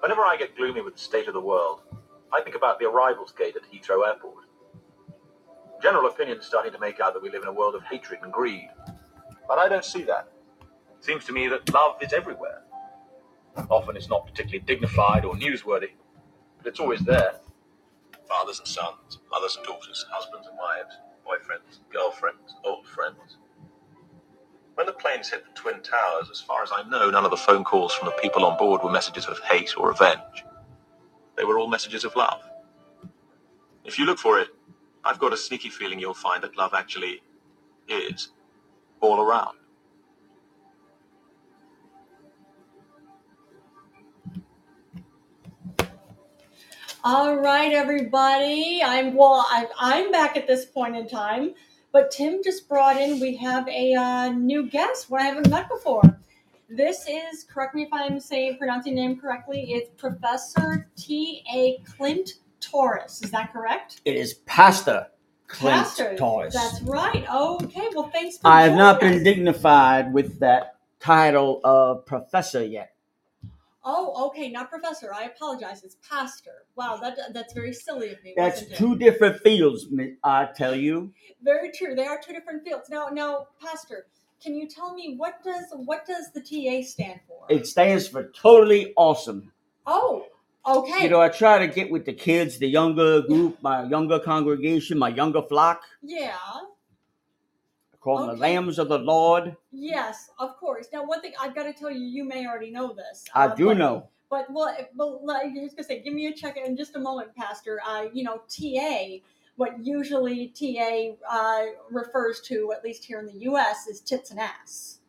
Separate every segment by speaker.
Speaker 1: Whenever I get gloomy with the state of the world, I think about the arrivals gate at Heathrow Airport. General opinion is starting to make out that we live in a world of hatred and greed. But I don't see that. It seems to me that love is everywhere. Often it's not particularly dignified or newsworthy, but it's always there. Fathers and sons, mothers and daughters, husbands and wives, boyfriends, girlfriends, old friends. When the planes hit the Twin Towers, as far as I know, none of the phone calls from the people on board were messages of hate or revenge. They were all messages of love. If you look for it, I've got a sneaky feeling you'll find that love actually is all around.
Speaker 2: All right, everybody. I'm well. I, I'm back at this point in time, but Tim just brought in. We have a uh, new guest. One I haven't met before. This is correct me if I'm saying pronouncing name correctly. It's Professor T. A. Clint Torres. Is that correct?
Speaker 3: It is Pastor Clint
Speaker 2: Pastor.
Speaker 3: Torres.
Speaker 2: That's right. Okay. Well, thanks. For
Speaker 3: I have not
Speaker 2: joining
Speaker 3: been
Speaker 2: us.
Speaker 3: dignified with that title of professor yet.
Speaker 2: Oh, okay. Not professor. I apologize. It's pastor. Wow. That that's very silly of me.
Speaker 3: That's
Speaker 2: wasn't it?
Speaker 3: two different fields, mi- I tell you.
Speaker 2: Very true. They are two different fields. Now, now, Pastor, can you tell me what does what does the TA stand for?
Speaker 3: It stands for totally awesome.
Speaker 2: oh, okay.
Speaker 3: You know, I try to get with the kids, the younger group, my younger congregation, my younger flock.
Speaker 2: yeah.
Speaker 3: I call them
Speaker 2: Okay.
Speaker 3: the lambs of the Lord.
Speaker 2: Yes, of course. Now, one thing I've got to tell you, you may already know this.
Speaker 3: I
Speaker 2: uh,
Speaker 3: do
Speaker 2: but-
Speaker 3: know.
Speaker 2: But well, if- but like, I was gonna say, give me a check in just a moment, Pastor. Uh, you know, TA. What usually TA uh, refers to, at least here in the U.S., is tits and ass.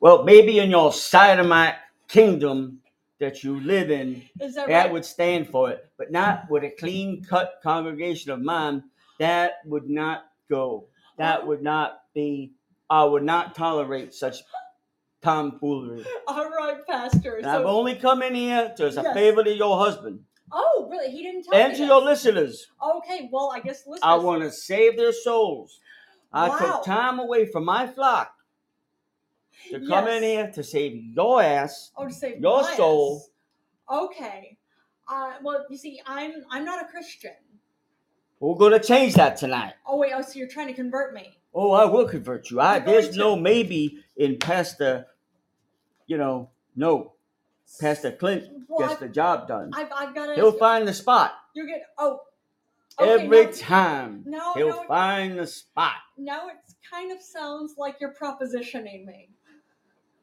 Speaker 3: Well, maybe in your side of my kingdom that you live in,
Speaker 2: Is that
Speaker 3: that
Speaker 2: right?
Speaker 3: would stand for it, but not with a clean cut congregation of mine. That would not go. That would not be. I would not tolerate such tomfoolery.
Speaker 2: All right, Pastor.
Speaker 3: And I've
Speaker 2: So,
Speaker 3: only come in here to as a
Speaker 2: Yes.
Speaker 3: favor to your husband
Speaker 2: oh, really? He didn't tell
Speaker 3: and
Speaker 2: me
Speaker 3: to
Speaker 2: this.
Speaker 3: your listeners.
Speaker 2: Okay, well, I guess listeners.
Speaker 3: I want to save their souls. I
Speaker 2: Wow.
Speaker 3: took time away from my flock to come
Speaker 2: Yes.
Speaker 3: in here to save your ass.
Speaker 2: Oh, to say
Speaker 3: your
Speaker 2: bias.
Speaker 3: soul.
Speaker 2: Okay. Uh, well, you see, I'm I'm not a Christian.
Speaker 3: We're going to change that tonight.
Speaker 2: Oh wait, oh, so you're trying to convert me?
Speaker 3: Oh, I will convert you. I
Speaker 2: You're going
Speaker 3: there's no
Speaker 2: to.
Speaker 3: maybe in Pastor, you know, no. Pastor Clint
Speaker 2: Well,
Speaker 3: gets the job done.
Speaker 2: I've, I've I've got to.
Speaker 3: He'll find the spot
Speaker 2: You're good. Oh. Okay,
Speaker 3: every
Speaker 2: now,
Speaker 3: time.
Speaker 2: No,
Speaker 3: He'll
Speaker 2: no.
Speaker 3: find the spot.
Speaker 2: now it kind of sounds like you're propositioning me.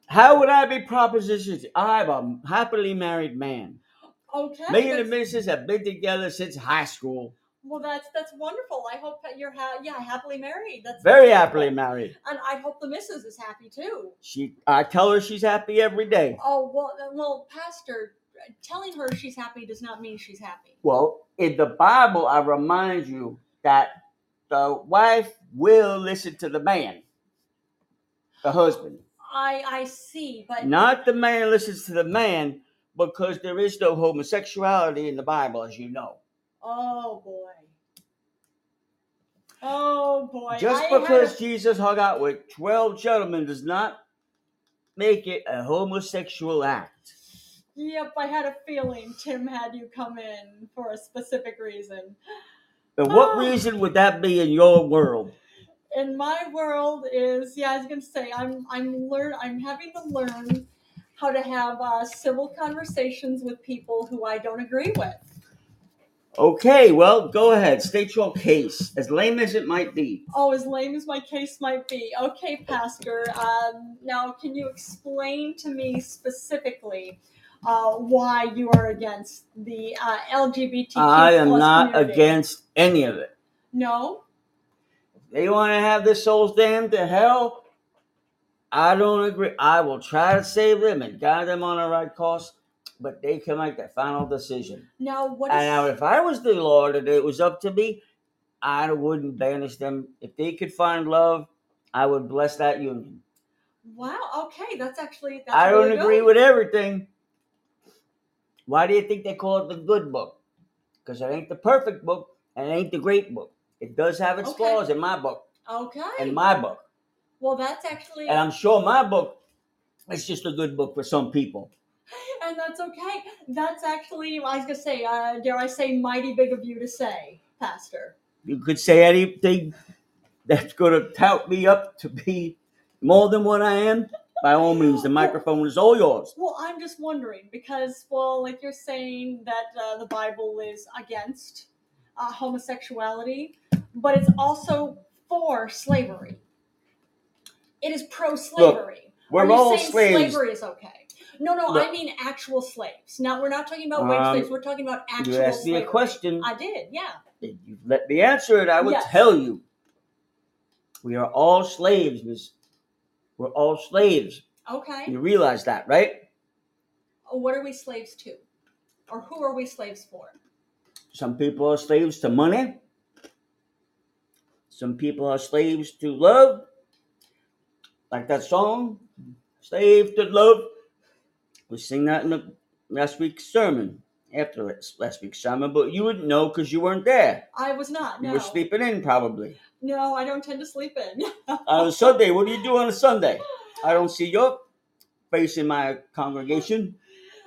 Speaker 3: How would I be propositioned? I'm a happily married man.
Speaker 2: Okay.
Speaker 3: Me and the
Speaker 2: that's-
Speaker 3: missus have been together since high school.
Speaker 2: well, that's that's wonderful. I hope that you're ha- yeah happily married. That's
Speaker 3: Very
Speaker 2: that's
Speaker 3: happily
Speaker 2: wonderful.
Speaker 3: married.
Speaker 2: And I hope the missus is happy too.
Speaker 3: She, I tell her she's happy every day.
Speaker 2: Oh well, well, Pastor, telling her she's happy does not mean she's happy.
Speaker 3: Well, in the Bible, I remind you that the wife will listen to the man, the husband.
Speaker 2: I I see, but
Speaker 3: Not the man listens to the man because there is no homosexuality in the Bible, as you know.
Speaker 2: oh boy, oh boy.
Speaker 3: Just
Speaker 2: I had a-
Speaker 3: because Jesus hung out with 12 gentlemen does not make it a homosexual act.
Speaker 2: yep, I had a feeling Tim had you come in for a specific reason.
Speaker 3: And what
Speaker 2: Oh.
Speaker 3: reason would that be in your world?
Speaker 2: In my world is yeah, I was gonna say I'm I'm learn I'm having to learn how to have uh, civil conversations with people who I don't agree with.
Speaker 3: Okay, well, go ahead. State your case, as lame as it might be.
Speaker 2: Oh, as lame as my case might be. Okay, Pastor. Um, now, can you explain to me specifically uh, why you are against the uh, LGBTQ?
Speaker 3: I am
Speaker 2: plus
Speaker 3: not
Speaker 2: community?
Speaker 3: against any of it.
Speaker 2: No.
Speaker 3: They want to have their souls damned to hell. I don't agree. I will try to save them and guide them on the right course, but they can make that final decision.
Speaker 2: Now, what is?
Speaker 3: And now, if I was the Lord and it was up to me, I wouldn't banish them. If they could find love, I would bless that union.
Speaker 2: wow. Okay, that's actually. That's
Speaker 3: I don't
Speaker 2: really
Speaker 3: agree
Speaker 2: good.
Speaker 3: with everything. Why do you think they call it the good book? Because it ain't the perfect book and it ain't the great book. It does have its
Speaker 2: Okay.
Speaker 3: flaws in my book,
Speaker 2: Okay.
Speaker 3: in my book.
Speaker 2: well, that's actually.
Speaker 3: And I'm sure my book is just a good book for some people.
Speaker 2: and that's okay. That's actually, I was gonna say, uh, dare I say, mighty big of you to say, Pastor.
Speaker 3: You could say anything that's going to tout me up to be more than what I am. By all means, the microphone is all yours.
Speaker 2: Well, I'm just wondering because, well, like you're saying that uh, the Bible is against uh, homosexuality, but it's also for slavery. It is pro-slavery.
Speaker 3: We're
Speaker 2: Are you
Speaker 3: all
Speaker 2: saying
Speaker 3: slaves.
Speaker 2: Slavery is okay. No, no,
Speaker 3: Look.
Speaker 2: I mean actual slaves. Now we're not talking about wage
Speaker 3: Um,
Speaker 2: slaves. We're talking about actual.
Speaker 3: You asked me
Speaker 2: slavery.
Speaker 3: a question.
Speaker 2: I did, yeah.
Speaker 3: If you let me answer it, I will
Speaker 2: Yes.
Speaker 3: tell you. We are all slaves, Miss. We're all slaves.
Speaker 2: Okay.
Speaker 3: You realize that, right?
Speaker 2: What are we slaves to, or who are we slaves for?
Speaker 3: Some people are slaves to money. Some people are slaves to love. Like that song, Slave to Love. We sing that in the last week's sermon, after last- last week's sermon, but you wouldn't know because you weren't there.
Speaker 2: I was not.
Speaker 3: You
Speaker 2: No.
Speaker 3: were sleeping in, probably.
Speaker 2: No, I don't tend to sleep in.
Speaker 3: on a Sunday. What do you do on a Sunday? I don't see your face in my congregation.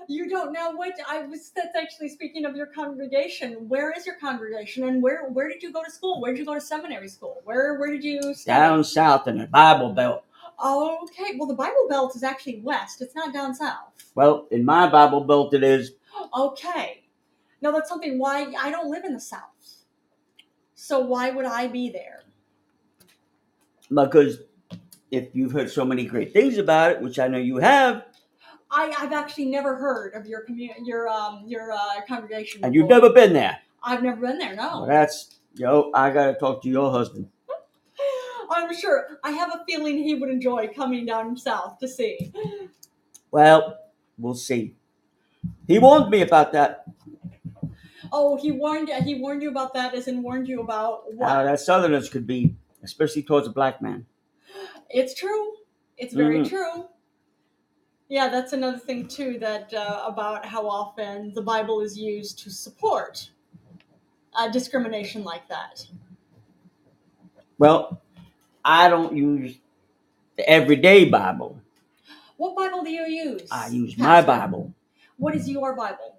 Speaker 2: You don't know what I was. That's actually speaking of your congregation. Where is your congregation, and where where did you go to school? Where did you go to seminary school? Where where did you study?
Speaker 3: Down south in the Bible Belt.
Speaker 2: Okay, well the Bible Belt is actually west. It's not down south.
Speaker 3: Well, in my Bible Belt, it is.
Speaker 2: Okay, now that's something why I don't live in the south. So why would I be there?
Speaker 3: Because if you've heard so many great things about it, which I know you have,
Speaker 2: I I've actually never heard of your commu- your um your uh, congregation.
Speaker 3: and you've
Speaker 2: before.
Speaker 3: never been there,
Speaker 2: I've never been there.
Speaker 3: well,
Speaker 2: No.
Speaker 3: that's yo. I gotta talk to your husband.
Speaker 2: I'm sure. I have a feeling he would enjoy coming down south to see.
Speaker 3: Well, we'll see. He warned me about that.
Speaker 2: Oh, he warned he warned you about that, as in warned you about what?
Speaker 3: How that Southerners could be, especially towards a black man.
Speaker 2: it's true. It's very
Speaker 3: Mhm.
Speaker 2: true. Yeah, that's another thing too that uh, about how often the Bible is used to support uh, discrimination like that.
Speaker 3: Well, I don't use the everyday Bible.
Speaker 2: What Bible do you use?
Speaker 3: I use my
Speaker 2: Pastor?
Speaker 3: Bible.
Speaker 2: What is your Bible?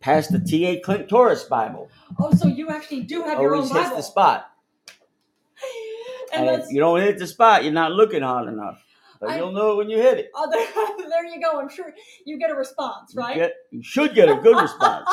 Speaker 3: Past the T.A. Clint Torres Bible.
Speaker 2: Oh, so you actually do have your own
Speaker 3: Always hits
Speaker 2: Bible.
Speaker 3: the spot.
Speaker 2: And
Speaker 3: And if
Speaker 2: that's
Speaker 3: you don't hit the spot, you're not looking hard enough. But
Speaker 2: I-
Speaker 3: you'll know it when you hit it.
Speaker 2: oh, there, there you go. I'm sure you get a response,
Speaker 3: You
Speaker 2: right?
Speaker 3: get- you should get a good response.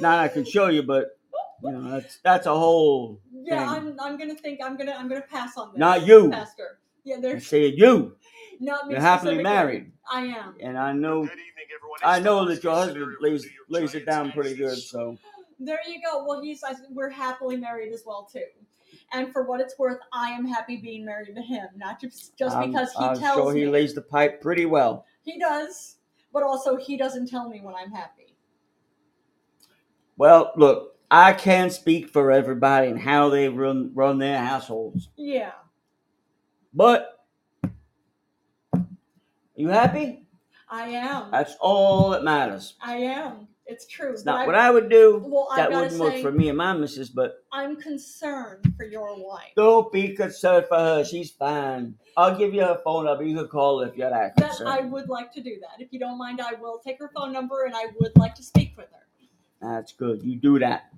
Speaker 3: Not I can show you, but you know that's that's a whole.
Speaker 2: Yeah,
Speaker 3: thing.
Speaker 2: I'm. I'm gonna think. I'm gonna. I'm gonna pass on this.
Speaker 3: Not you.
Speaker 2: Pastor. Yeah,
Speaker 3: I'm
Speaker 2: there's
Speaker 3: saying you,
Speaker 2: not me.
Speaker 3: you're happily
Speaker 2: specifically.
Speaker 3: married,
Speaker 2: I am.
Speaker 3: and I know
Speaker 1: Good evening, everyone.
Speaker 3: I know that your husband lays lays it down pretty good. So
Speaker 2: There you go. Well, he's. I, we're happily married as well too. And for what it's worth, I am happy being married to him. Not just just
Speaker 3: I'm,
Speaker 2: because he
Speaker 3: I'm
Speaker 2: tells
Speaker 3: sure he
Speaker 2: me
Speaker 3: lays the pipe pretty well.
Speaker 2: he does, but also he doesn't tell me when I'm happy.
Speaker 3: Well, look, I can't speak for everybody and how they run run their households.
Speaker 2: Yeah.
Speaker 3: But you happy?
Speaker 2: I am. I,
Speaker 3: That's all that matters.
Speaker 2: am. It's true.
Speaker 3: It's not what I would do.
Speaker 2: Well, I've got
Speaker 3: That
Speaker 2: to
Speaker 3: wouldn't work
Speaker 2: say,
Speaker 3: for me and my missus, but
Speaker 2: I'm concerned for your wife.
Speaker 3: don't be concerned for her. She's fine. I'll give you her phone number. You can call her if you're that
Speaker 2: That I
Speaker 3: concerned.
Speaker 2: would like to do that. If you don't mind, I will take her phone number and I would like to speak with her.
Speaker 3: That's good. You do that.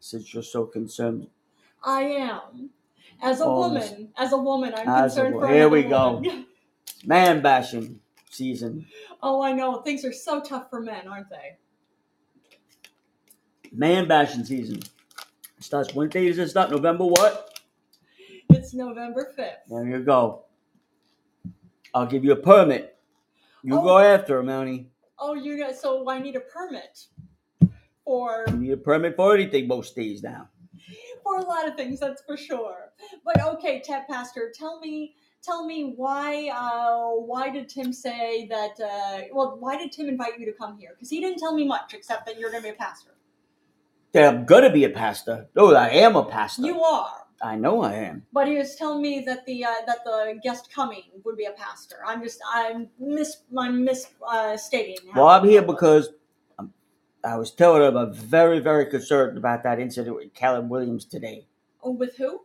Speaker 3: Since you're so concerned.
Speaker 2: I am. As a
Speaker 3: Oh, this-
Speaker 2: woman, as a woman, I'm
Speaker 3: As a
Speaker 2: concerned
Speaker 3: wo-
Speaker 2: for
Speaker 3: here
Speaker 2: another
Speaker 3: we go.
Speaker 2: woman.
Speaker 3: Man bashing season.
Speaker 2: Oh, I know. Things are so tough for men, aren't they?
Speaker 3: Man bashing season. Starts when day does it start? November what?
Speaker 2: It's November 5th.
Speaker 3: There you go. I'll give you a permit. You
Speaker 2: Oh.
Speaker 3: go after her, Mountie.
Speaker 2: Oh, you guys, so I need a permit for
Speaker 3: You need a permit for anything most days now.
Speaker 2: for a lot of things, that's for sure. But okay, Ted Pastor, tell me tell me why uh, why did Tim say that uh, well, why did Tim invite you to come here? Cuz he didn't tell me much except that you're going to be a pastor.
Speaker 3: That I'm gonna be a pastor. No, I am a pastor.
Speaker 2: You are.
Speaker 3: I know I am.
Speaker 2: But he was telling me that the uh, that the guest coming would be a pastor. I'm just I'm mis I'm uh, misstating.
Speaker 3: Well, I'm here because I'm, I was telling him I'm very, very concerned about that incident with Callum Williams today.
Speaker 2: oh, with who?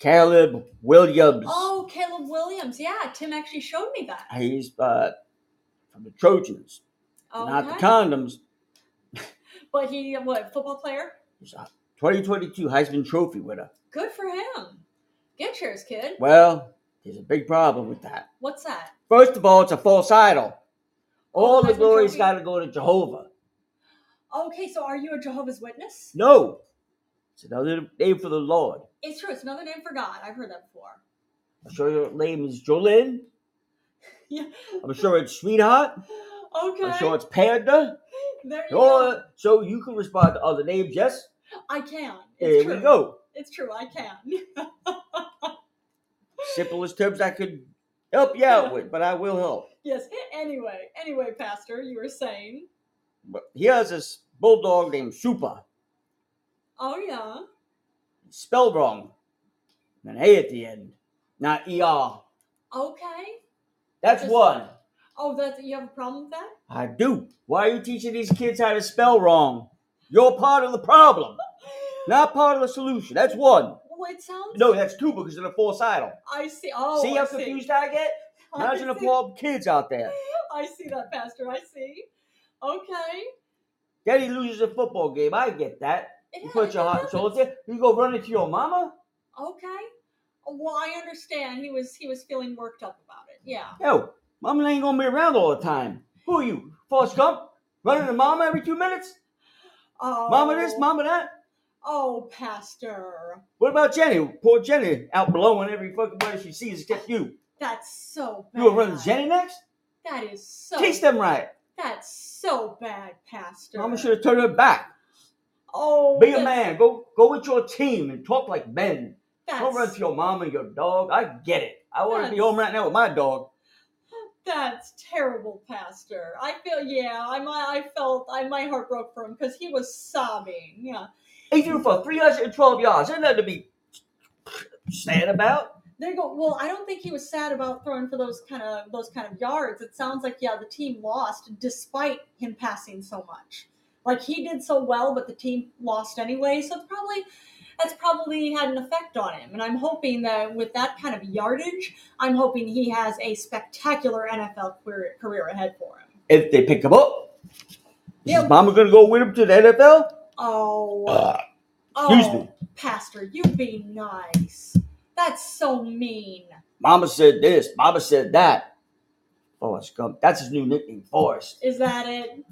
Speaker 3: Caleb Williams.
Speaker 2: Oh, Caleb Williams. Yeah, Tim actually showed me that.
Speaker 3: He's uh, from the Trojans,
Speaker 2: Okay.
Speaker 3: not the condoms.
Speaker 2: but he, what, football player?
Speaker 3: He's a 2022 Heisman Trophy winner.
Speaker 2: Good for him. Get yours, kid.
Speaker 3: Well, there's a big problem with that.
Speaker 2: What's that?
Speaker 3: First of all, it's a false idol. All the
Speaker 2: Heisman
Speaker 3: glory's
Speaker 2: Trophy.
Speaker 3: got to go to Jehovah.
Speaker 2: Okay, so are you a Jehovah's Witness?
Speaker 3: No, it's another name for the Lord.
Speaker 2: It's true. It's another name for God. I've heard that before.
Speaker 3: I'm sure your name is Jolene.
Speaker 2: Yeah.
Speaker 3: I'm sure it's Sweetheart.
Speaker 2: Okay.
Speaker 3: I'm sure it's Panda.
Speaker 2: there you go.
Speaker 3: Or, so you can respond to other names, yes?
Speaker 2: I can.
Speaker 3: There
Speaker 2: It's true.
Speaker 3: we go.
Speaker 2: It's true. I can.
Speaker 3: Simplest terms I could help you out with, but I will help.
Speaker 2: yes. Anyway, anyway, Pastor, you were saying.
Speaker 3: But he has this bulldog named Super,
Speaker 2: Oh yeah.
Speaker 3: spelled wrong, and an A at the end, not ER.
Speaker 2: Okay.
Speaker 3: That's
Speaker 2: Just-
Speaker 3: one.
Speaker 2: Oh, that's you have a problem with that?
Speaker 3: I do. Why are you teaching these kids how to spell wrong? You're part of the problem, not part of the solution. That's one.
Speaker 2: Well, Oh, it sounds.
Speaker 3: No, that's two because of the false idol.
Speaker 2: I see. Oh,
Speaker 3: see
Speaker 2: I
Speaker 3: how
Speaker 2: see.
Speaker 3: confused I get?
Speaker 2: I
Speaker 3: Imagine the
Speaker 2: see.
Speaker 3: poor kids out there.
Speaker 2: I see that, Pastor. I see. Okay.
Speaker 3: Then he loses a football game. I get that.
Speaker 2: It
Speaker 3: You
Speaker 2: ha-
Speaker 3: put your
Speaker 2: it
Speaker 3: heart and soul
Speaker 2: happens.
Speaker 3: into it. You go running to your mama?
Speaker 2: Okay. Well, I understand. He was he was feeling worked up about it. Yeah.
Speaker 3: Yo, mama ain't gonna be around all the time. Who are you? Forrest Gump? Running to mama every two minutes?
Speaker 2: Oh.
Speaker 3: Mama this, mama that?
Speaker 2: Oh, Pastor.
Speaker 3: What about Jenny? Poor Jenny out blowing every fucking body she sees except you.
Speaker 2: That's so bad.
Speaker 3: You were running Jenny next?
Speaker 2: That is so.
Speaker 3: Teach them right.
Speaker 2: That's so bad, Pastor.
Speaker 3: Mama should have turned her back.
Speaker 2: Oh.
Speaker 3: Be a
Speaker 2: that's-
Speaker 3: man. Go go with your team and talk like men. Don't run
Speaker 2: That's,
Speaker 3: to your mom and your dog. I get it. I want to be
Speaker 2: That's-
Speaker 3: home right now with my dog.
Speaker 2: that's terrible, Pastor. I feel yeah. I my I felt I my heart broke for him because he was sobbing. Yeah.
Speaker 3: He threw for 312 yards. There's nothing to be sad about.
Speaker 2: There you go. Well, I don't think he was sad about throwing for those kind of those kind of yards. It sounds like yeah, the team lost despite him passing so much. Like he did so well, but the team lost anyway. So it's probably that's probably had an effect on him. And I'm hoping that with that kind of yardage, I'm hoping he has a spectacular NFL career, career ahead for him.
Speaker 3: If they pick him up,
Speaker 2: Yeah.
Speaker 3: is Mama going to go with him to the NFL?
Speaker 2: Oh,
Speaker 3: Uh,
Speaker 2: oh,
Speaker 3: excuse me.
Speaker 2: Pastor, you be nice. That's so mean.
Speaker 3: Mama said this. Mama said that. Forrest Gump. That's his new nickname, Forrest.
Speaker 2: Is that it?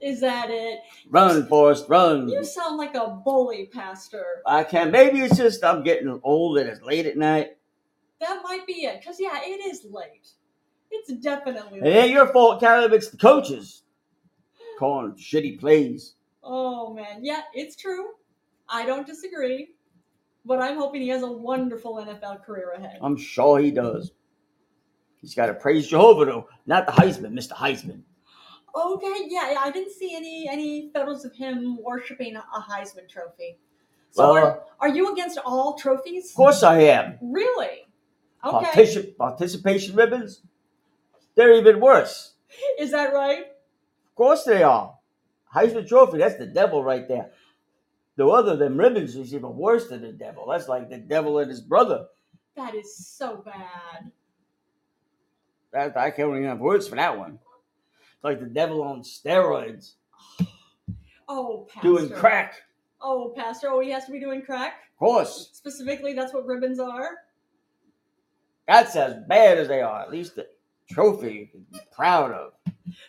Speaker 2: Is that it?
Speaker 3: Run, Forrest, run.
Speaker 2: You sound like a bully, Pastor.
Speaker 3: I can't. Maybe it's just I'm getting old and it's late at night.
Speaker 2: That might be it. Because, yeah, it is late. It's definitely
Speaker 3: It
Speaker 2: late.
Speaker 3: ain't your fault, Caleb. It's the coaches calling shitty plays.
Speaker 2: Oh, man. Yeah, it's true. I don't disagree. But I'm hoping he has a wonderful NFL career ahead.
Speaker 3: I'm sure he does. He's got to praise Jehovah, though, not the Heisman, Mr. Heisman.
Speaker 2: Okay, yeah, I didn't see any any photos of him worshiping a Heisman trophy. So are,
Speaker 3: Well- uh,
Speaker 2: are you against all trophies?
Speaker 3: Of course I am.
Speaker 2: Really? Okay.
Speaker 3: Partici- participation ribbons, they're even worse.
Speaker 2: Is that right?
Speaker 3: Of course they are. Heisman Trophy, that's the devil right there. The other than ribbons is even worse than the devil. That's like the devil and his brother.
Speaker 2: That is so bad.
Speaker 3: That, I can't even have words for that one. It's like the devil on steroids,
Speaker 2: Oh, Pastor.
Speaker 3: doing crack.
Speaker 2: Oh, Pastor. Oh, he has to be doing crack?
Speaker 3: Of course,
Speaker 2: Specifically, that's what ribbons are.
Speaker 3: that's as bad as they are. At least the trophy you can be proud of.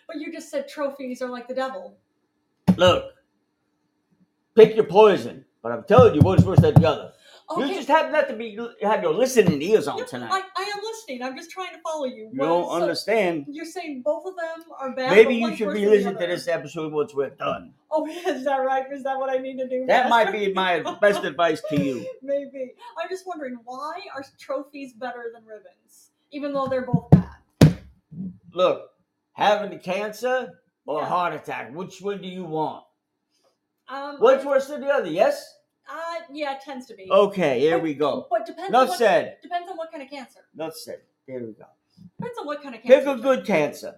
Speaker 2: But you just said trophies are like the devil.
Speaker 3: Look, pick your poison. But I'm telling you, one is worse than the other. You just happen not to be have your listening ears on
Speaker 2: Yeah,
Speaker 3: tonight.
Speaker 2: I, I am listening. I'm just trying to follow you.
Speaker 3: you
Speaker 2: One-
Speaker 3: don't
Speaker 2: so
Speaker 3: understand.
Speaker 2: You're saying both of them are bad. but
Speaker 3: Maybe you
Speaker 2: one's
Speaker 3: should
Speaker 2: worse
Speaker 3: be
Speaker 2: than the
Speaker 3: listening to
Speaker 2: other.
Speaker 3: this episode once we're done.
Speaker 2: Oh, is that right? Is that what I need to do?
Speaker 3: That might
Speaker 2: Pastor?
Speaker 3: be my best advice to you.
Speaker 2: Maybe. I'm just wondering why are trophies better than ribbons, even though they're both bad.
Speaker 3: Look, having the cancer or
Speaker 2: Yeah.
Speaker 3: a heart attack, which one do you want?
Speaker 2: Um,
Speaker 3: What's worse than the other? Yes.
Speaker 2: Uh, yeah, it tends to be.
Speaker 3: Okay, here we go.
Speaker 2: But depends. on
Speaker 3: Enough
Speaker 2: what,
Speaker 3: said.
Speaker 2: Depends on what kind of cancer.
Speaker 3: Enough said. There we go.
Speaker 2: Depends on what kind of
Speaker 3: Pick
Speaker 2: cancer.
Speaker 3: a good cancer.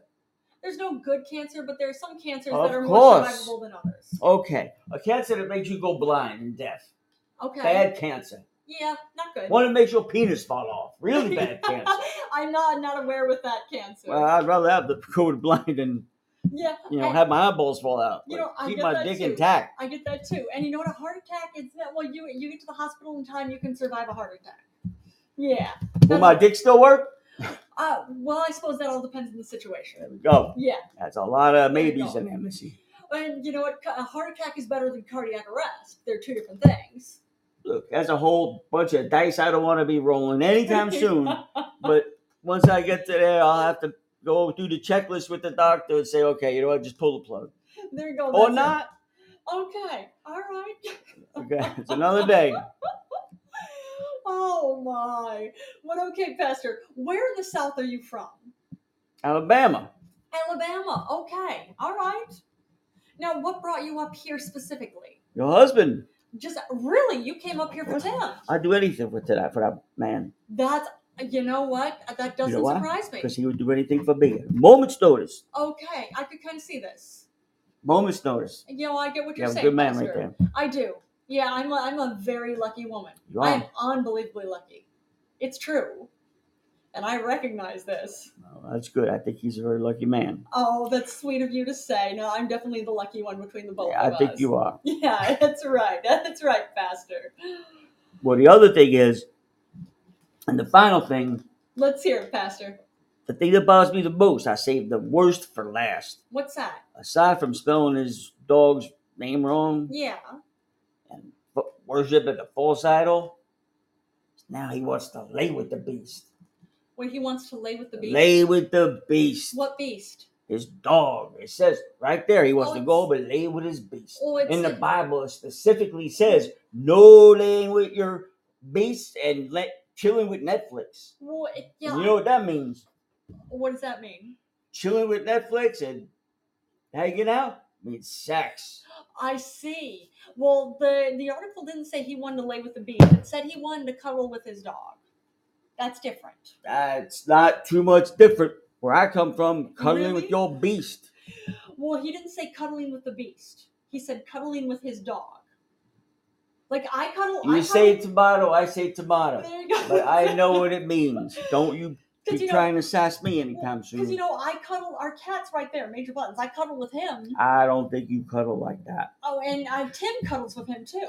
Speaker 2: There's no good cancer, but there are some cancers
Speaker 3: Of
Speaker 2: that are more
Speaker 3: course.
Speaker 2: survivable than others.
Speaker 3: Okay, a cancer that makes you go blind and deaf.
Speaker 2: Okay.
Speaker 3: Bad cancer.
Speaker 2: Yeah, not good.
Speaker 3: Want to make your penis fall off. Really bad cancer.
Speaker 2: I'm not not aware with that cancer.
Speaker 3: Well, I'd rather have the code blind and
Speaker 2: yeah,
Speaker 3: you know
Speaker 2: and
Speaker 3: have my eyeballs fall out.
Speaker 2: You
Speaker 3: Like,
Speaker 2: know, I
Speaker 3: keep
Speaker 2: get
Speaker 3: my
Speaker 2: that
Speaker 3: dick
Speaker 2: too.
Speaker 3: intact.
Speaker 2: I get that too. And you know what? A heart attack is that well, you you get to the hospital in time, you can survive a heart attack. Yeah.
Speaker 3: Will my dick still work?
Speaker 2: Uh, well, I suppose that all depends on the
Speaker 3: There
Speaker 2: situation.
Speaker 3: we go.
Speaker 2: Yeah,
Speaker 3: That's a lot of
Speaker 2: There you
Speaker 3: maybes
Speaker 2: go.
Speaker 3: in there, Missy.
Speaker 2: and you know what? A heart attack is better than cardiac arrest. They're two different things.
Speaker 3: Look, that's a whole bunch of dice I don't want to be rolling anytime soon. But once I get to there, I'll have to go through the checklist with the doctor and say, okay, you know what, just pull the plug.
Speaker 2: There you go. that's
Speaker 3: Or
Speaker 2: it.
Speaker 3: not.
Speaker 2: Okay. All right.
Speaker 3: Okay, it's another day.
Speaker 2: Oh my. Well, okay, Pastor. Where in the South are you from?
Speaker 3: Alabama.
Speaker 2: Alabama. Okay. All right. Now, what brought you up here specifically?
Speaker 3: Your husband.
Speaker 2: Just really, you came up here for Tim.
Speaker 3: I'd do anything for that for that man.
Speaker 2: That's you know what? That doesn't
Speaker 3: why?
Speaker 2: surprise me.
Speaker 3: Because he would do anything for me. Moment's notice.
Speaker 2: Okay, I could kind of see this.
Speaker 3: Moment's notice.
Speaker 2: You know, I get what
Speaker 3: You
Speaker 2: you're
Speaker 3: have a
Speaker 2: saying.
Speaker 3: good man right
Speaker 2: Pastor.
Speaker 3: there.
Speaker 2: I do. Yeah, I'm a, I'm a very lucky woman.
Speaker 3: You
Speaker 2: I am
Speaker 3: are.
Speaker 2: unbelievably lucky. It's true. And I recognize this.
Speaker 3: Well, that's good. I think he's a very lucky man.
Speaker 2: Oh, that's sweet of you to say. No, I'm definitely the lucky one between the both
Speaker 3: Yeah,
Speaker 2: of
Speaker 3: I
Speaker 2: us.
Speaker 3: think you are.
Speaker 2: Yeah, that's right. That's right, Pastor.
Speaker 3: Well, the other thing is, and the final thing,
Speaker 2: Let's hear it, Pastor.
Speaker 3: the thing that bothers me the most, I saved the worst for last.
Speaker 2: What's that?
Speaker 3: Aside from spelling his dog's name wrong,
Speaker 2: Yeah.
Speaker 3: and f- worship at the false idol. Now he wants to lay with the beast.
Speaker 2: When he wants to lay with the beast.
Speaker 3: Lay with the beast.
Speaker 2: What beast?
Speaker 3: His dog. It says right there he wants
Speaker 2: Oh,
Speaker 3: to
Speaker 2: it's-
Speaker 3: go but lay with his beast.
Speaker 2: Oh, it's
Speaker 3: In the
Speaker 2: a-
Speaker 3: Bible, it specifically says no laying with your beast and let chilling with Netflix.
Speaker 2: Well, it, yeah.
Speaker 3: And you know what that means?
Speaker 2: what does that mean?
Speaker 3: Chilling with Netflix and hanging out means sex.
Speaker 2: I see. Well, the the article didn't say he wanted to lay with the beast. It said he wanted to cuddle with his dog. That's different.
Speaker 3: That's not too much different where I come from, cuddling
Speaker 2: Really?
Speaker 3: with your beast.
Speaker 2: Well, he didn't say cuddling with the beast. He said cuddling with his dog. Like I cuddle. I
Speaker 3: You
Speaker 2: cuddle-
Speaker 3: say tomato, I say tomato.
Speaker 2: There you go.
Speaker 3: But I know what it means. Don't you
Speaker 2: 'Cause
Speaker 3: keep
Speaker 2: you know-
Speaker 3: trying to sass me anytime soon.
Speaker 2: Because you know, I cuddle our cat's right there, Major Buttons. I cuddle with him.
Speaker 3: I don't think you cuddle like that.
Speaker 2: Oh, and uh, Tim cuddles with him too.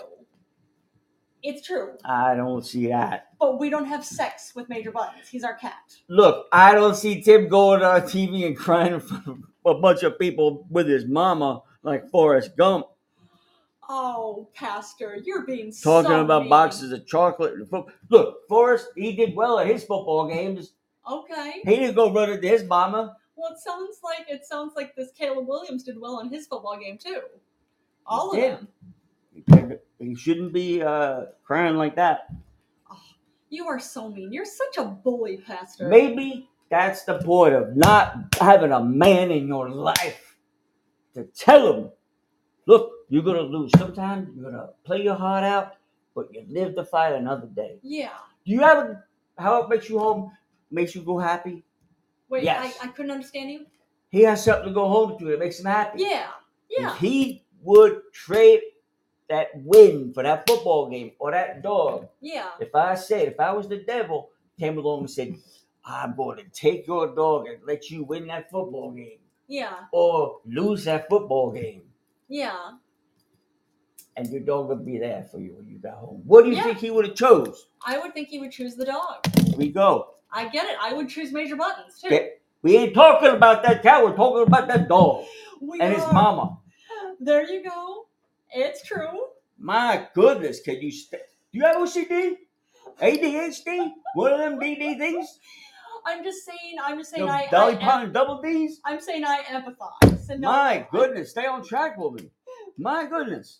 Speaker 2: It's true,
Speaker 3: I don't see that.
Speaker 2: but we don't have sex with Major Buttons. He's our cat.
Speaker 3: Look, I don't see Tim going on TV and crying in front of a bunch of people with his mama like Forrest Gump,
Speaker 2: Oh, Pastor, you're being
Speaker 3: talking
Speaker 2: so
Speaker 3: about
Speaker 2: mean.
Speaker 3: boxes of chocolate and football. Look, Forrest, he did well at his football games.
Speaker 2: Okay.
Speaker 3: He didn't go run into his mama.
Speaker 2: Well, it sounds like it sounds like this Caleb Williams did well in his football game too. All
Speaker 3: He
Speaker 2: of
Speaker 3: did.
Speaker 2: them.
Speaker 3: He shouldn't be uh, crying like that.
Speaker 2: You are so mean. You're such a bully, Pastor.
Speaker 3: Maybe that's the point of not having a man in your life to tell him, look, you're gonna lose. Sometimes you're gonna play your heart out, but you live to fight another day.
Speaker 2: Yeah.
Speaker 3: Do you ever how it makes you home makes you go happy?
Speaker 2: Wait,
Speaker 3: Yes.
Speaker 2: I, I couldn't understand you.
Speaker 3: He has something to go home to that makes him happy.
Speaker 2: Yeah.
Speaker 3: And
Speaker 2: Yeah.
Speaker 3: He would trade that win for that football game or that dog.
Speaker 2: Yeah.
Speaker 3: If I said, if I was the devil, came along and said, I'm going to take your dog and let you win that football game
Speaker 2: Yeah.
Speaker 3: or lose that football game,
Speaker 2: Yeah.
Speaker 3: and your dog would be there for you when you got home. What do you
Speaker 2: Yeah.
Speaker 3: think he would have chose?
Speaker 2: I would think he would choose the dog.
Speaker 3: Here we go.
Speaker 2: I get it. I would choose Major Buttons too.
Speaker 3: That- we ain't talking about that cat. We're talking about that dog
Speaker 2: We
Speaker 3: and his
Speaker 2: are-
Speaker 3: mama.
Speaker 2: There you go. It's true.
Speaker 3: My goodness, can you? St- do you have OCD? ADHD? One of them DD things?
Speaker 2: I'm just saying. I'm just saying.
Speaker 3: Them
Speaker 2: I, I
Speaker 3: Dolly
Speaker 2: em-
Speaker 3: Parton double Ds?
Speaker 2: I'm saying I empathize. And no-
Speaker 3: My goodness, stay on track with me. My goodness.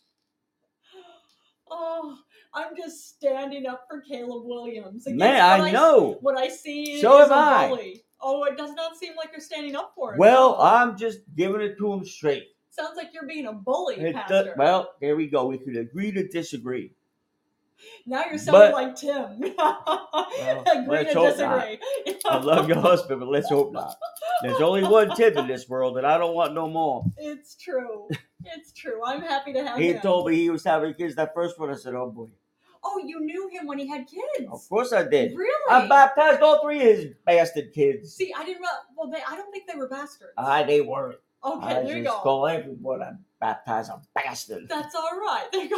Speaker 2: Oh, I'm just standing up for Caleb Williams. against
Speaker 3: Man,
Speaker 2: what
Speaker 3: I know.
Speaker 2: What I see
Speaker 3: So
Speaker 2: is
Speaker 3: am I.
Speaker 2: a bully. Oh, it does not seem like you're standing up for it.
Speaker 3: Well, I'm just giving it to him straight.
Speaker 2: sounds like you're being a bully,
Speaker 3: It
Speaker 2: Pastor.
Speaker 3: does, well, there we go. We could agree to disagree.
Speaker 2: now you're sounding
Speaker 3: but-
Speaker 2: like Tim. Agree
Speaker 3: let's
Speaker 2: to
Speaker 3: hope
Speaker 2: disagree.
Speaker 3: I love your husband, but let's hope not. There's only one Tim in this world, and I don't want no more.
Speaker 2: It's true. It's true. I'm happy to have
Speaker 3: He
Speaker 2: him.
Speaker 3: told me he was having kids. That first one, I said, "Oh boy,
Speaker 2: Oh, you knew him when he had kids.
Speaker 3: Of course I did.
Speaker 2: Really?
Speaker 3: I baptized all three of his bastard kids.
Speaker 2: See, I didn't. Re- well, they, I don't think they were bastards.
Speaker 3: Ah, they weren't.
Speaker 2: okay,
Speaker 3: I
Speaker 2: there you
Speaker 3: just
Speaker 2: go.
Speaker 3: call everyone I baptize a bastard.
Speaker 2: That's all right. There you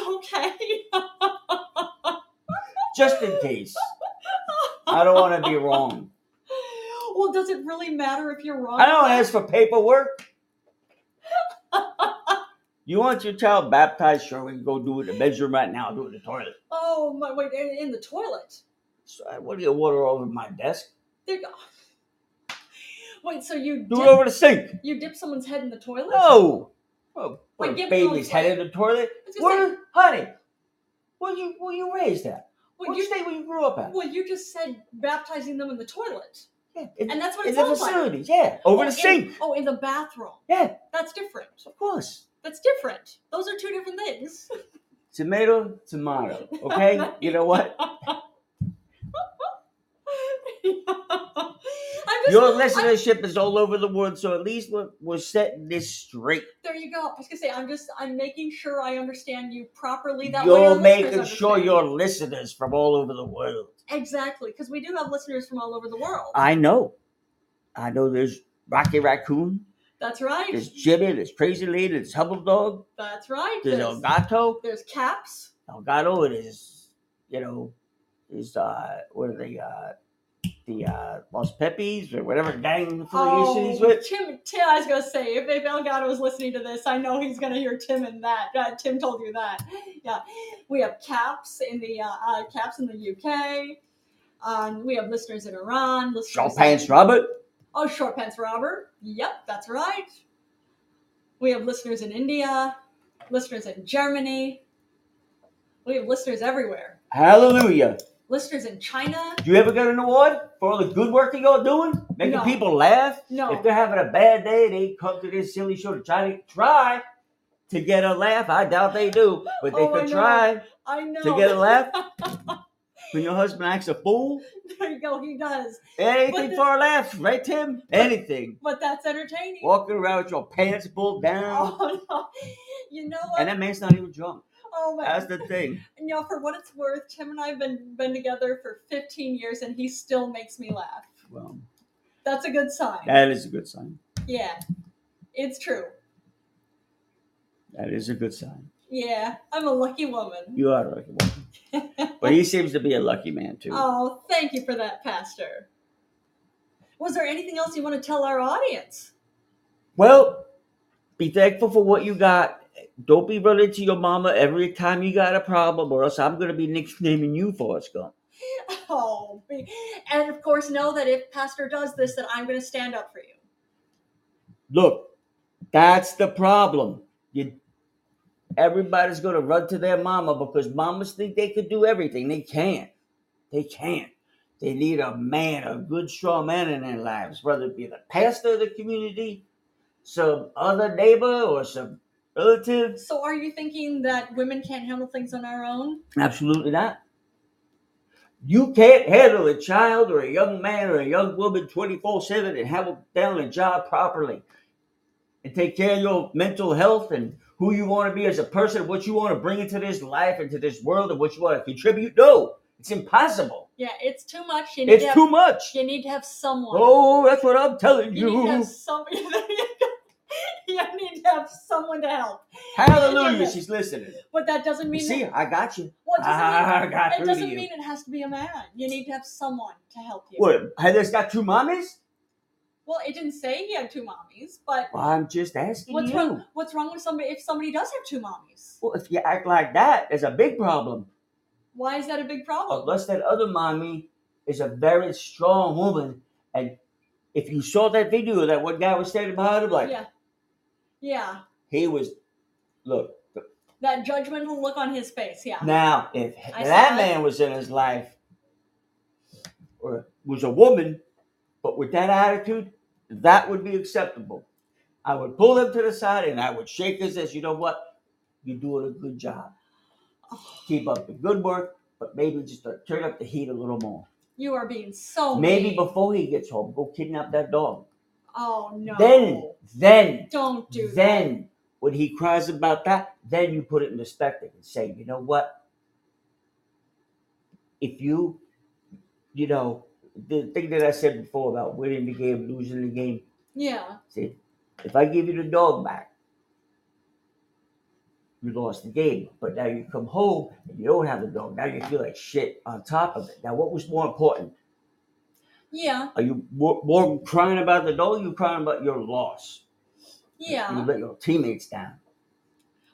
Speaker 2: go. Okay.
Speaker 3: Just in case. I don't want to be wrong.
Speaker 2: well, does it really matter if you're wrong?
Speaker 3: I don't ask for paperwork. You want your child baptized? Sure, we can go do it in the bedroom right now. Do it in the toilet.
Speaker 2: Oh my! Wait, in, in the toilet.
Speaker 3: So I want your water all over my desk.
Speaker 2: There you go. Wait, so you
Speaker 3: Do
Speaker 2: dip,
Speaker 3: it over the sink.
Speaker 2: you dip someone's head in the toilet?
Speaker 3: No. Oh, put
Speaker 2: Wait,
Speaker 3: a
Speaker 2: give me
Speaker 3: baby's
Speaker 2: those-
Speaker 3: head in the toilet.
Speaker 2: I was gonna
Speaker 3: Where,
Speaker 2: say-
Speaker 3: honey? Were you were you raised at?
Speaker 2: Wait,
Speaker 3: What you
Speaker 2: you,
Speaker 3: state where you grew up at?
Speaker 2: well, you just said baptizing them in the toilet,
Speaker 3: Yeah, in,
Speaker 2: and that's what
Speaker 3: in
Speaker 2: it
Speaker 3: the
Speaker 2: sounds like.
Speaker 3: facilities. Yeah, over
Speaker 2: Oh, in-
Speaker 3: the sink.
Speaker 2: oh, in the bathroom.
Speaker 3: Yeah,
Speaker 2: That's different.
Speaker 3: of course.
Speaker 2: That's different. Those are two different things.
Speaker 3: Tomato, tomato. Okay, you know what?
Speaker 2: I'm just,
Speaker 3: Your
Speaker 2: I'm-
Speaker 3: listenership is all over the world, so at least we're, we're setting this straight.
Speaker 2: there you go. I was gonna say, I'm just, I'm making sure I understand you properly. That way our
Speaker 3: You're
Speaker 2: listeners
Speaker 3: making sure
Speaker 2: understand.
Speaker 3: your listeners from all over the world.
Speaker 2: exactly because we do have listeners from all over the world.
Speaker 3: I know. I know there's Rocky Raccoon,
Speaker 2: That's right.
Speaker 3: there's Jimmy, there's Crazy Lady, there's Hubble Dog,
Speaker 2: That's right.
Speaker 3: there's
Speaker 2: There's,
Speaker 3: Elgato.
Speaker 2: there's caps.
Speaker 3: Elgato, it is, you know, is, uh, what are they, uh, the uh, Los Pepis or whatever gang affiliation he's
Speaker 2: Oh,
Speaker 3: with.
Speaker 2: Tim, Tim, I was gonna say if, if Elgato was listening to this, I know he's gonna hear Tim and that. Uh, Tim told you that. Yeah, we have caps in the uh, uh, caps in the UK. Um, we have listeners in Iran. Listeners
Speaker 3: Short
Speaker 2: in-
Speaker 3: Pants Robert.
Speaker 2: Oh, short pants Robert. Yep, that's right. We have listeners in India. Listeners in Germany. We have listeners everywhere.
Speaker 3: Hallelujah.
Speaker 2: Listeners in China.
Speaker 3: Do you ever get an award for all the good work that you're doing? Making
Speaker 2: No.
Speaker 3: people laugh?
Speaker 2: No.
Speaker 3: If they're having a bad day, they come to this silly show to try to try to get a laugh. I doubt they do, but they
Speaker 2: Oh, I
Speaker 3: could
Speaker 2: know.
Speaker 3: try
Speaker 2: I know.
Speaker 3: to get a laugh. when your husband acts a fool,
Speaker 2: There you go. He does.
Speaker 3: anything
Speaker 2: the-
Speaker 3: for a laugh, right, Tim? Anything.
Speaker 2: But that's entertaining.
Speaker 3: Walking around with your pants pulled down,
Speaker 2: Oh no! You know what?
Speaker 3: and that man's not even drunk.
Speaker 2: oh my!
Speaker 3: That's the thing.
Speaker 2: And y'all, for what it's worth, Tim and I have been been together for 15 years, and he still makes me laugh.
Speaker 3: Well,
Speaker 2: That's a good sign.
Speaker 3: that is a good sign.
Speaker 2: yeah, it's true.
Speaker 3: That is a good sign.
Speaker 2: Yeah, I'm a lucky woman.
Speaker 3: You are a lucky one. but he seems to be a lucky man, too.
Speaker 2: Oh, thank you for that, Pastor. Was there anything else you want to tell our audience?
Speaker 3: Well, be thankful for what you got. Don't be running to your mama every time you got a problem, or else I'm going to be nicknaming you Forrest Gump.
Speaker 2: Oh, be- and of course, know that if Pastor does this, that I'm going to stand up for you.
Speaker 3: Look, that's the problem. You, everybody's going to run to their mama because mamas think they could do everything. They can't. They can't. They need a man, a good, strong man in their lives, whether it be the pastor of the community, some other neighbor, or some relative.
Speaker 2: So, are you thinking that women can't handle things on our own?
Speaker 3: Absolutely not. You can't handle a child or a young man or a young woman 24 7 and have them down and job properly and take care of your mental health and who you want to be as a person, what you want to bring into this life, into this world, and what you want to contribute. No, it's impossible.
Speaker 2: Yeah, it's too much. You need
Speaker 3: It's
Speaker 2: to have,
Speaker 3: too much.
Speaker 2: You need to have someone.
Speaker 3: Oh, that's what I'm telling
Speaker 2: you need to
Speaker 3: you.
Speaker 2: have somebody. you need to have someone to help.
Speaker 3: Hallelujah, she's listening.
Speaker 2: But that doesn't
Speaker 3: You
Speaker 2: mean.
Speaker 3: see,
Speaker 2: that,
Speaker 3: I got you.
Speaker 2: well, it doesn't,
Speaker 3: I
Speaker 2: mean,
Speaker 3: got
Speaker 2: it
Speaker 3: through to
Speaker 2: doesn't
Speaker 3: you.
Speaker 2: mean it has to be a man. You need to have someone to help you.
Speaker 3: What? Heather's got two mommies?
Speaker 2: Well, it didn't say he had two mommies, but
Speaker 3: Well, I'm just asking
Speaker 2: what's
Speaker 3: you.
Speaker 2: wrong? What's wrong with somebody if somebody does have two mommies?
Speaker 3: Well, if you act like that, there's a big problem.
Speaker 2: Why is that a big problem?
Speaker 3: Unless that other mommy is a very strong woman. And if you saw that video that one guy was standing behind him, like,
Speaker 2: yeah, yeah.
Speaker 3: he was, look,
Speaker 2: That judgmental look on his face. Yeah.
Speaker 3: now, if
Speaker 2: I
Speaker 3: that
Speaker 2: saw it.
Speaker 3: man was in his life or was a woman, but with that attitude, that would be acceptable. I would pull him to the side and I would shake his ass. You know what? You're doing a good job.
Speaker 2: Oh,
Speaker 3: Keep up the good work, but maybe just uh, turn up the heat a little more.
Speaker 2: you are being so
Speaker 3: Maybe
Speaker 2: mean.
Speaker 3: before he gets home, go kidnap that dog.
Speaker 2: Oh no.
Speaker 3: Then, then,
Speaker 2: Don't do that.
Speaker 3: then, when he cries about that, then you put it in perspective and say, you know what? if you, you know, the thing that I said before about winning the game, losing the game.
Speaker 2: Yeah.
Speaker 3: See, if I give you the dog back, you lost the game. But now you come home and you don't have the dog. Now you feel like shit on top of it. Now, what was more important?
Speaker 2: Yeah.
Speaker 3: Are you more, more crying about the dog? Or you crying about your loss? You
Speaker 2: Yeah.
Speaker 3: let your teammates down.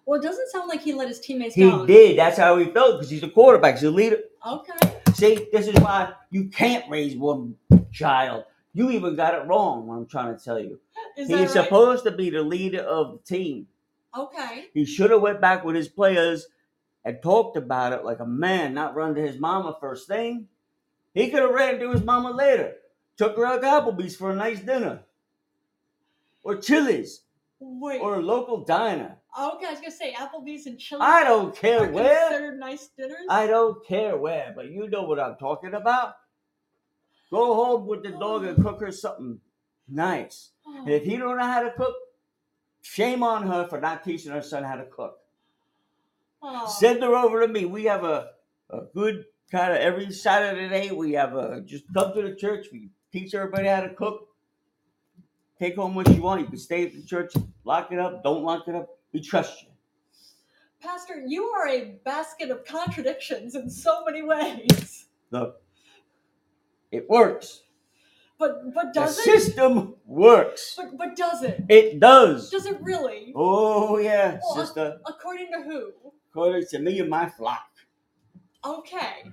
Speaker 2: Well, it doesn't sound like he let his teammates
Speaker 3: He
Speaker 2: down.
Speaker 3: did. That's how he felt because he's the quarterback. He's the leader.
Speaker 2: Okay.
Speaker 3: See, this is why you can't raise one child. You even got it wrong. What I'm trying to tell you.
Speaker 2: Is
Speaker 3: He's
Speaker 2: that right?
Speaker 3: supposed to be the leader of the team.
Speaker 2: okay.
Speaker 3: He should have went back with his players and talked about it like a man, not run to his mama first thing. He could have ran to his mama later. Took her out to Applebee's for a nice dinner. Or Chili's.
Speaker 2: Wait.
Speaker 3: Or a local diner.
Speaker 2: okay, I was gonna say Applebee's and Chili's.
Speaker 3: I don't care
Speaker 2: are
Speaker 3: where.
Speaker 2: considered nice dinners.
Speaker 3: I don't care where, but you know what I'm talking about. Go home with the dog and cook her something nice.
Speaker 2: Oh,
Speaker 3: And if you don't know how to cook, shame on her for not teaching her son how to cook.
Speaker 2: oh.
Speaker 3: Send her over to me. We have a, a good kind of every Saturday day. We have a just come to the church. We teach everybody how to cook. Take home what you want. You can stay at the church. Lock it up. Don't lock it up. We trust you.
Speaker 2: Pastor, you are a basket of contradictions in so many ways.
Speaker 3: Look, it works.
Speaker 2: But but
Speaker 3: The
Speaker 2: does it?
Speaker 3: system works.
Speaker 2: But but does it?
Speaker 3: It does.
Speaker 2: Does it really?
Speaker 3: Oh yeah,
Speaker 2: Well, I-
Speaker 3: sister.
Speaker 2: According to who?
Speaker 3: According to me and my flock,
Speaker 2: Okay.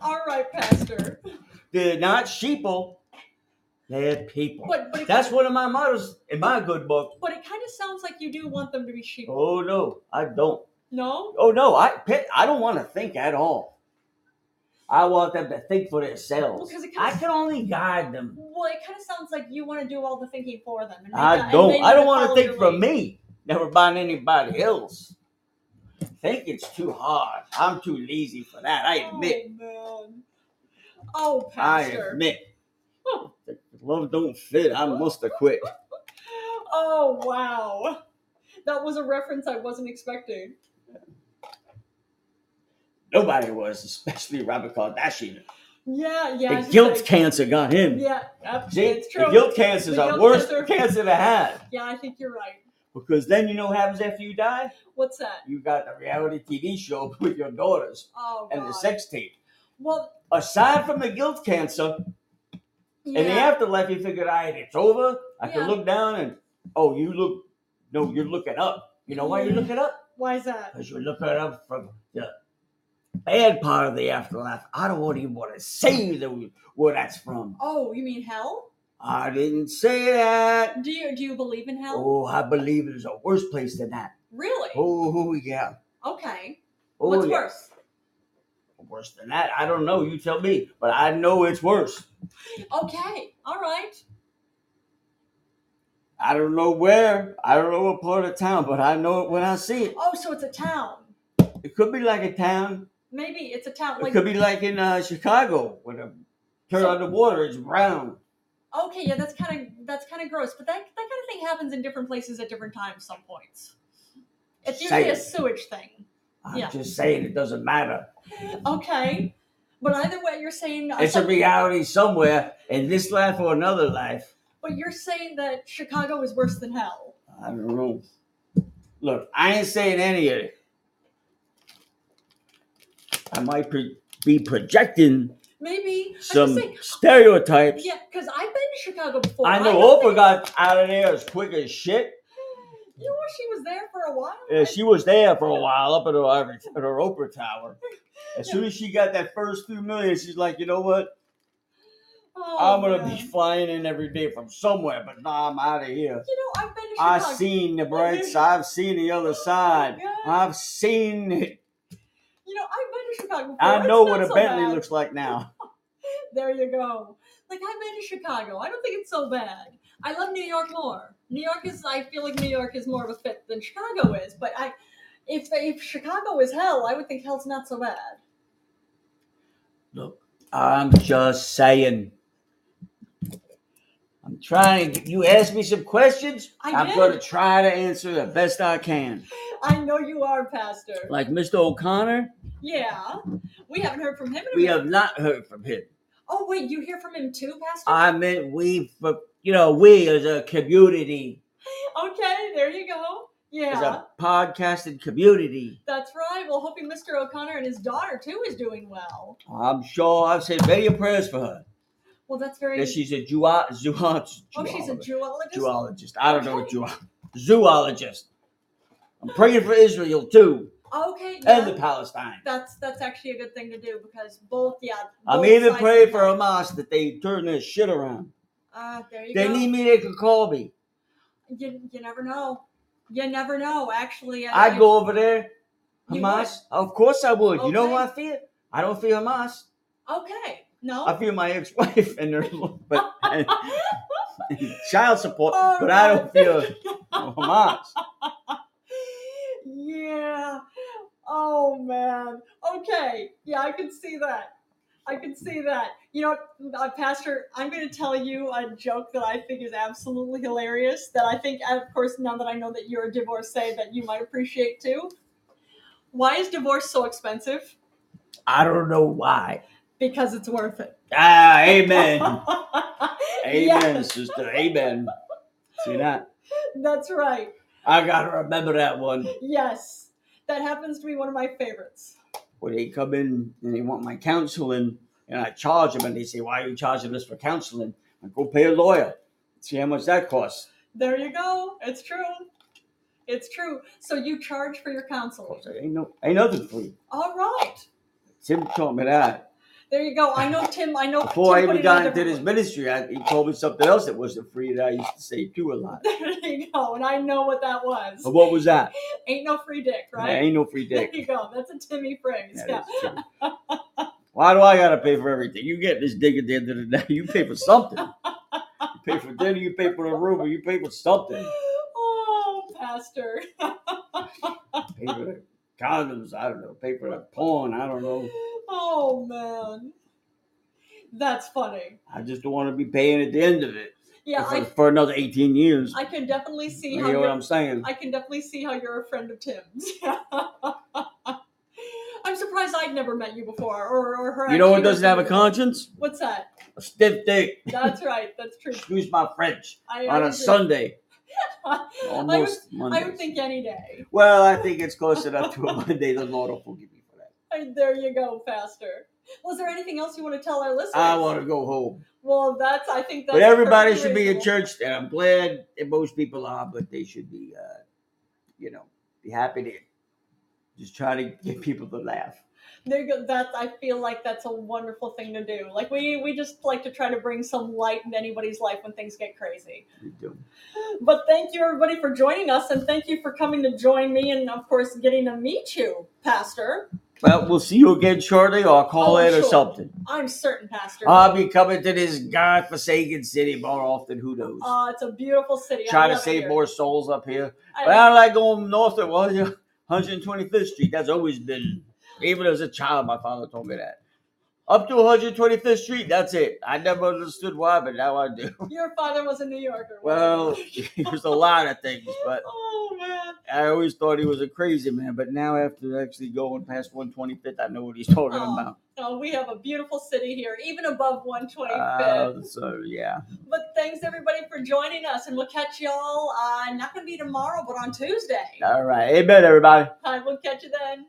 Speaker 2: All right, Pastor.
Speaker 3: they're not sheeple. They're people.
Speaker 2: But but it,
Speaker 3: That's one of my mottos in my good book.
Speaker 2: but it kind of sounds like you do want them to be sheep.
Speaker 3: Oh no, I don't.
Speaker 2: No.
Speaker 3: Oh no, I Pitt, I don't want to think at all. I want them to think for themselves.
Speaker 2: Because it
Speaker 3: I
Speaker 2: kinda-
Speaker 3: can only guide them.
Speaker 2: Well, it kind of sounds like you want to do all the thinking for them. and they-
Speaker 3: I
Speaker 2: and
Speaker 3: don't.
Speaker 2: they
Speaker 3: I don't
Speaker 2: follow
Speaker 3: want to think
Speaker 2: your
Speaker 3: for
Speaker 2: lead.
Speaker 3: me. Never mind anybody else. Thinking's too hard. I'm too lazy for that. I admit.
Speaker 2: Oh, man. oh
Speaker 3: I
Speaker 2: Pastor.
Speaker 3: admit. The glove don't fit. I must have quit.
Speaker 2: Oh, wow. That was a reference I wasn't expecting.
Speaker 3: Nobody was, especially Robert Kardashian.
Speaker 2: Yeah, yeah. I
Speaker 3: The
Speaker 2: was
Speaker 3: guilt
Speaker 2: just
Speaker 3: cancer got him.
Speaker 2: like- Yeah, ab-
Speaker 3: See,
Speaker 2: it's
Speaker 3: the
Speaker 2: true.
Speaker 3: guilt cancer is
Speaker 2: The
Speaker 3: our
Speaker 2: guilt
Speaker 3: worst
Speaker 2: cancer.
Speaker 3: cancer to have
Speaker 2: Yeah, I think you're right.
Speaker 3: because then you know what happens after you die.
Speaker 2: What's that?
Speaker 3: you got the reality TV show with your daughters
Speaker 2: Oh,
Speaker 3: and
Speaker 2: God.
Speaker 3: the sex tape.
Speaker 2: Well,
Speaker 3: Aside from the guilt cancer,
Speaker 2: yeah.
Speaker 3: in the afterlife, you figured, all right, it's over. I
Speaker 2: Yeah.
Speaker 3: can look down and, oh, you look, no, you're looking up. You know why you're
Speaker 2: Yeah.
Speaker 3: looking up?
Speaker 2: Why is that?
Speaker 3: Because you're looking up from the bad part of the afterlife. I don't even want to say the, where that's from.
Speaker 2: Oh, you mean hell?
Speaker 3: I didn't say that.
Speaker 2: Do you do you believe in hell?
Speaker 3: Oh, I believe there's a worse place than that.
Speaker 2: Really?
Speaker 3: Oh, yeah.
Speaker 2: Okay.
Speaker 3: Oh,
Speaker 2: What's
Speaker 3: yeah.
Speaker 2: worse?
Speaker 3: Worse than that, I don't know. You tell me, but I know it's worse.
Speaker 2: Okay. All right.
Speaker 3: I don't know where, I don't know what part of town, but I know it when I see it.
Speaker 2: Oh, so it's a town.
Speaker 3: It could be like a town.
Speaker 2: Maybe it's a town.
Speaker 3: It
Speaker 2: Like
Speaker 3: could be like in uh, Chicago when a turn on the water, it's brown.
Speaker 2: okay, yeah, that's kind of that's kind of gross. But that that kind of thing happens in different places at different times. Some points. It's usually a
Speaker 3: Same.
Speaker 2: sewage thing.
Speaker 3: I'm
Speaker 2: Yeah.
Speaker 3: just saying it doesn't matter.
Speaker 2: Okay. But either way, you're saying
Speaker 3: It's a
Speaker 2: so-
Speaker 3: reality somewhere in this life or another life.
Speaker 2: but you're saying that Chicago is worse than hell.
Speaker 3: I don't know. Look, I ain't saying any of it. I might pre- be projecting
Speaker 2: Maybe I'm
Speaker 3: some
Speaker 2: just saying,
Speaker 3: stereotypes.
Speaker 2: yeah, because I've been to Chicago before.
Speaker 3: I know
Speaker 2: don't
Speaker 3: Oprah
Speaker 2: think-
Speaker 3: got out of there as quick as shit.
Speaker 2: You know, she was there for a while.
Speaker 3: Yeah, she was there for a while up at her, at her Oprah Tower. As soon as she got that first few million, she's like, you know what?
Speaker 2: Oh,
Speaker 3: I'm gonna
Speaker 2: man.
Speaker 3: be flying in every day from somewhere, but nah, I'm out of here.
Speaker 2: You know, I've been to
Speaker 3: I've
Speaker 2: Chicago.
Speaker 3: seen the bright side. I've seen the
Speaker 2: Oh
Speaker 3: other side.
Speaker 2: Yeah.
Speaker 3: I've seen. It.
Speaker 2: You know, I've been to Chicago. Before.
Speaker 3: I
Speaker 2: It's
Speaker 3: know
Speaker 2: not
Speaker 3: what a
Speaker 2: so
Speaker 3: Bentley
Speaker 2: bad.
Speaker 3: looks like now.
Speaker 2: There you go. Like I've been to Chicago. I don't think it's so bad. I love New York more. New York is. I feel like New York is more of a fit than Chicago is. But I, if if Chicago is hell, I would think hell's not so bad.
Speaker 3: Look, I'm just saying. I'm trying. to- You asked me some questions.
Speaker 2: I
Speaker 3: I'm
Speaker 2: did.
Speaker 3: gonna try to answer the best I can.
Speaker 2: I know you are, Pastor.
Speaker 3: Like Mr. O'Connor,
Speaker 2: Yeah. We haven't heard from him in a
Speaker 3: We
Speaker 2: minute.
Speaker 3: have not heard from him.
Speaker 2: Oh, wait, you hear from him too, Pastor?
Speaker 3: I mean, we, for- you know, we as a community,
Speaker 2: okay, there you go.
Speaker 3: as
Speaker 2: Yeah,
Speaker 3: a podcasting community,
Speaker 2: that's right. Well, hoping Mr. O'Connor and his daughter too is doing well.
Speaker 3: I'm sure I've said many prayers for her.
Speaker 2: Well, that's very.
Speaker 3: That she's a zoo- zoo-
Speaker 2: oh, she's a zoologist.
Speaker 3: zoologist. I don't know what you are. Zoologist. I'm praying for Israel too
Speaker 2: Okay, yeah,
Speaker 3: and the Palestine.
Speaker 2: that's that's actually a good thing to do because both, yeah.
Speaker 3: I'm
Speaker 2: both
Speaker 3: even
Speaker 2: sides-
Speaker 3: praying for Hamas that they turn this shit around.
Speaker 2: Ah, there you
Speaker 3: They
Speaker 2: go.
Speaker 3: need me, they can call me.
Speaker 2: you, you never know. You never know. Actually, I,
Speaker 3: I'd go over there.
Speaker 2: You
Speaker 3: Hamas? Of course I would. You know
Speaker 2: Okay.
Speaker 3: who I fear? I don't fear Hamas.
Speaker 2: Okay. No.
Speaker 3: I fear my ex-wife and her but, and child support,
Speaker 2: Oh,
Speaker 3: but I
Speaker 2: God.
Speaker 3: don't fear Hamas.
Speaker 2: yeah. Oh man. Okay. Yeah, I can see that. I can see that. You know, uh, Pastor, I'm going to tell you a joke that I think is absolutely hilarious. That I think, and of course, now that I know that you're a divorcee, that you might appreciate too. Why is divorce so expensive?
Speaker 3: I don't know why.
Speaker 2: Because it's worth it.
Speaker 3: Ah, amen. Amen,
Speaker 2: Yes,
Speaker 3: sister. Amen. See that?
Speaker 2: that's right.
Speaker 3: I gotta remember that one.
Speaker 2: Yes, that happens to be one of my favorites.
Speaker 3: Where they come in and they want my counseling, and I charge them, and they say, "Why are you charging us for counseling?" I go pay a lawyer. See how much that costs.
Speaker 2: There you go. It's true. It's true. So you charge for your
Speaker 3: Of
Speaker 2: counseling.
Speaker 3: course, I ain't no, ain't nothing free.
Speaker 2: All right.
Speaker 3: Tim taught me that
Speaker 2: There you go. I know Tim. I know
Speaker 3: before I
Speaker 2: Tim put
Speaker 3: even
Speaker 2: it in a
Speaker 3: got into
Speaker 2: different
Speaker 3: this ministry. I, he told me something else that wasn't free that I used to say too a lot.
Speaker 2: way. There you go. And I know what that was.
Speaker 3: But what was that?
Speaker 2: Ain't no free dick,
Speaker 3: Oh. There
Speaker 2: right?
Speaker 3: ain't no free dick.
Speaker 2: There you go. That's a Timmy phrase.
Speaker 3: That
Speaker 2: yeah.
Speaker 3: is true. Why do I gotta pay for everything? You get this dick at the end of the day. You pay for something. You pay for dinner. You pay for the room. or You pay for something.
Speaker 2: Oh, Pastor.
Speaker 3: Pay for the condoms. I don't know. Pay for the porn. I don't know.
Speaker 2: Oh man, that's funny.
Speaker 3: I just don't want to be paying at the end of it
Speaker 2: Yeah,
Speaker 3: for,
Speaker 2: I,
Speaker 3: for another eighteen years.
Speaker 2: I can definitely see
Speaker 3: you
Speaker 2: how
Speaker 3: hear
Speaker 2: you're
Speaker 3: what I'm saying?
Speaker 2: I can definitely see how you're a friend of Tim's. I'm surprised I'd never met you before, or, or her.
Speaker 3: you know what
Speaker 2: actually
Speaker 3: doesn't have a
Speaker 2: recognizing-
Speaker 3: conscience?
Speaker 2: What's that?
Speaker 3: A stiff dick.
Speaker 2: That's right. That's true.
Speaker 3: Excuse my French.
Speaker 2: I,
Speaker 3: On
Speaker 2: I
Speaker 3: a
Speaker 2: would-
Speaker 3: Sunday,
Speaker 2: I
Speaker 3: almost
Speaker 2: would,
Speaker 3: Monday.
Speaker 2: I would think any day.
Speaker 3: well, I think it's close enough to a Monday. The Lord will forgive me for that.
Speaker 2: I- there you go, Pastor. Was there anything else you want to tell our listeners?
Speaker 3: I want to go home.
Speaker 2: Well, that's. I think that's.
Speaker 3: but everybody should
Speaker 2: perfectly
Speaker 3: be in
Speaker 2: reasonable.
Speaker 3: church, and I'm glad that most people are, but they should be, uh, you know, be happy to just try to get people to laugh.
Speaker 2: There you go. That's. I feel like that's a wonderful thing to do. Like we we just like to try to bring some light into anybody's life when things get crazy.
Speaker 3: You do.
Speaker 2: But thank you, everybody, for joining us, and thank you for coming to join me, and of course, getting to meet you, Pastor.
Speaker 3: Well, we'll see you again shortly, or I'll call
Speaker 2: Oh,
Speaker 3: in or
Speaker 2: sure.
Speaker 3: something.
Speaker 2: I'm certain, Pastor.
Speaker 3: I'll be coming to this godforsaken city more often. Who knows?
Speaker 2: Uh, it's a beautiful city. I
Speaker 3: Try to
Speaker 2: love it
Speaker 3: save
Speaker 2: here.
Speaker 3: more souls up here.
Speaker 2: I-
Speaker 3: But I don't like going north of well, yeah, 125th Street. That's always been, even as a child, my father told me that. Up to 125th Street, that's it. I never understood why, but now I do.
Speaker 2: Your father was a New Yorker.
Speaker 3: Well,
Speaker 2: wasn't he?
Speaker 3: there's a lot of things, but
Speaker 2: oh man,
Speaker 3: I always thought he was a crazy man. But now, after actually going past 125th, I know what he's talking
Speaker 2: Oh,
Speaker 3: about.
Speaker 2: no, we have a beautiful city here, even above 125th.
Speaker 3: Uh, so yeah,
Speaker 2: but thanks everybody for joining us, and we'll catch y'all. Uh, not going to be tomorrow, but on Tuesday.
Speaker 3: all right, amen, everybody.
Speaker 2: I will catch you then.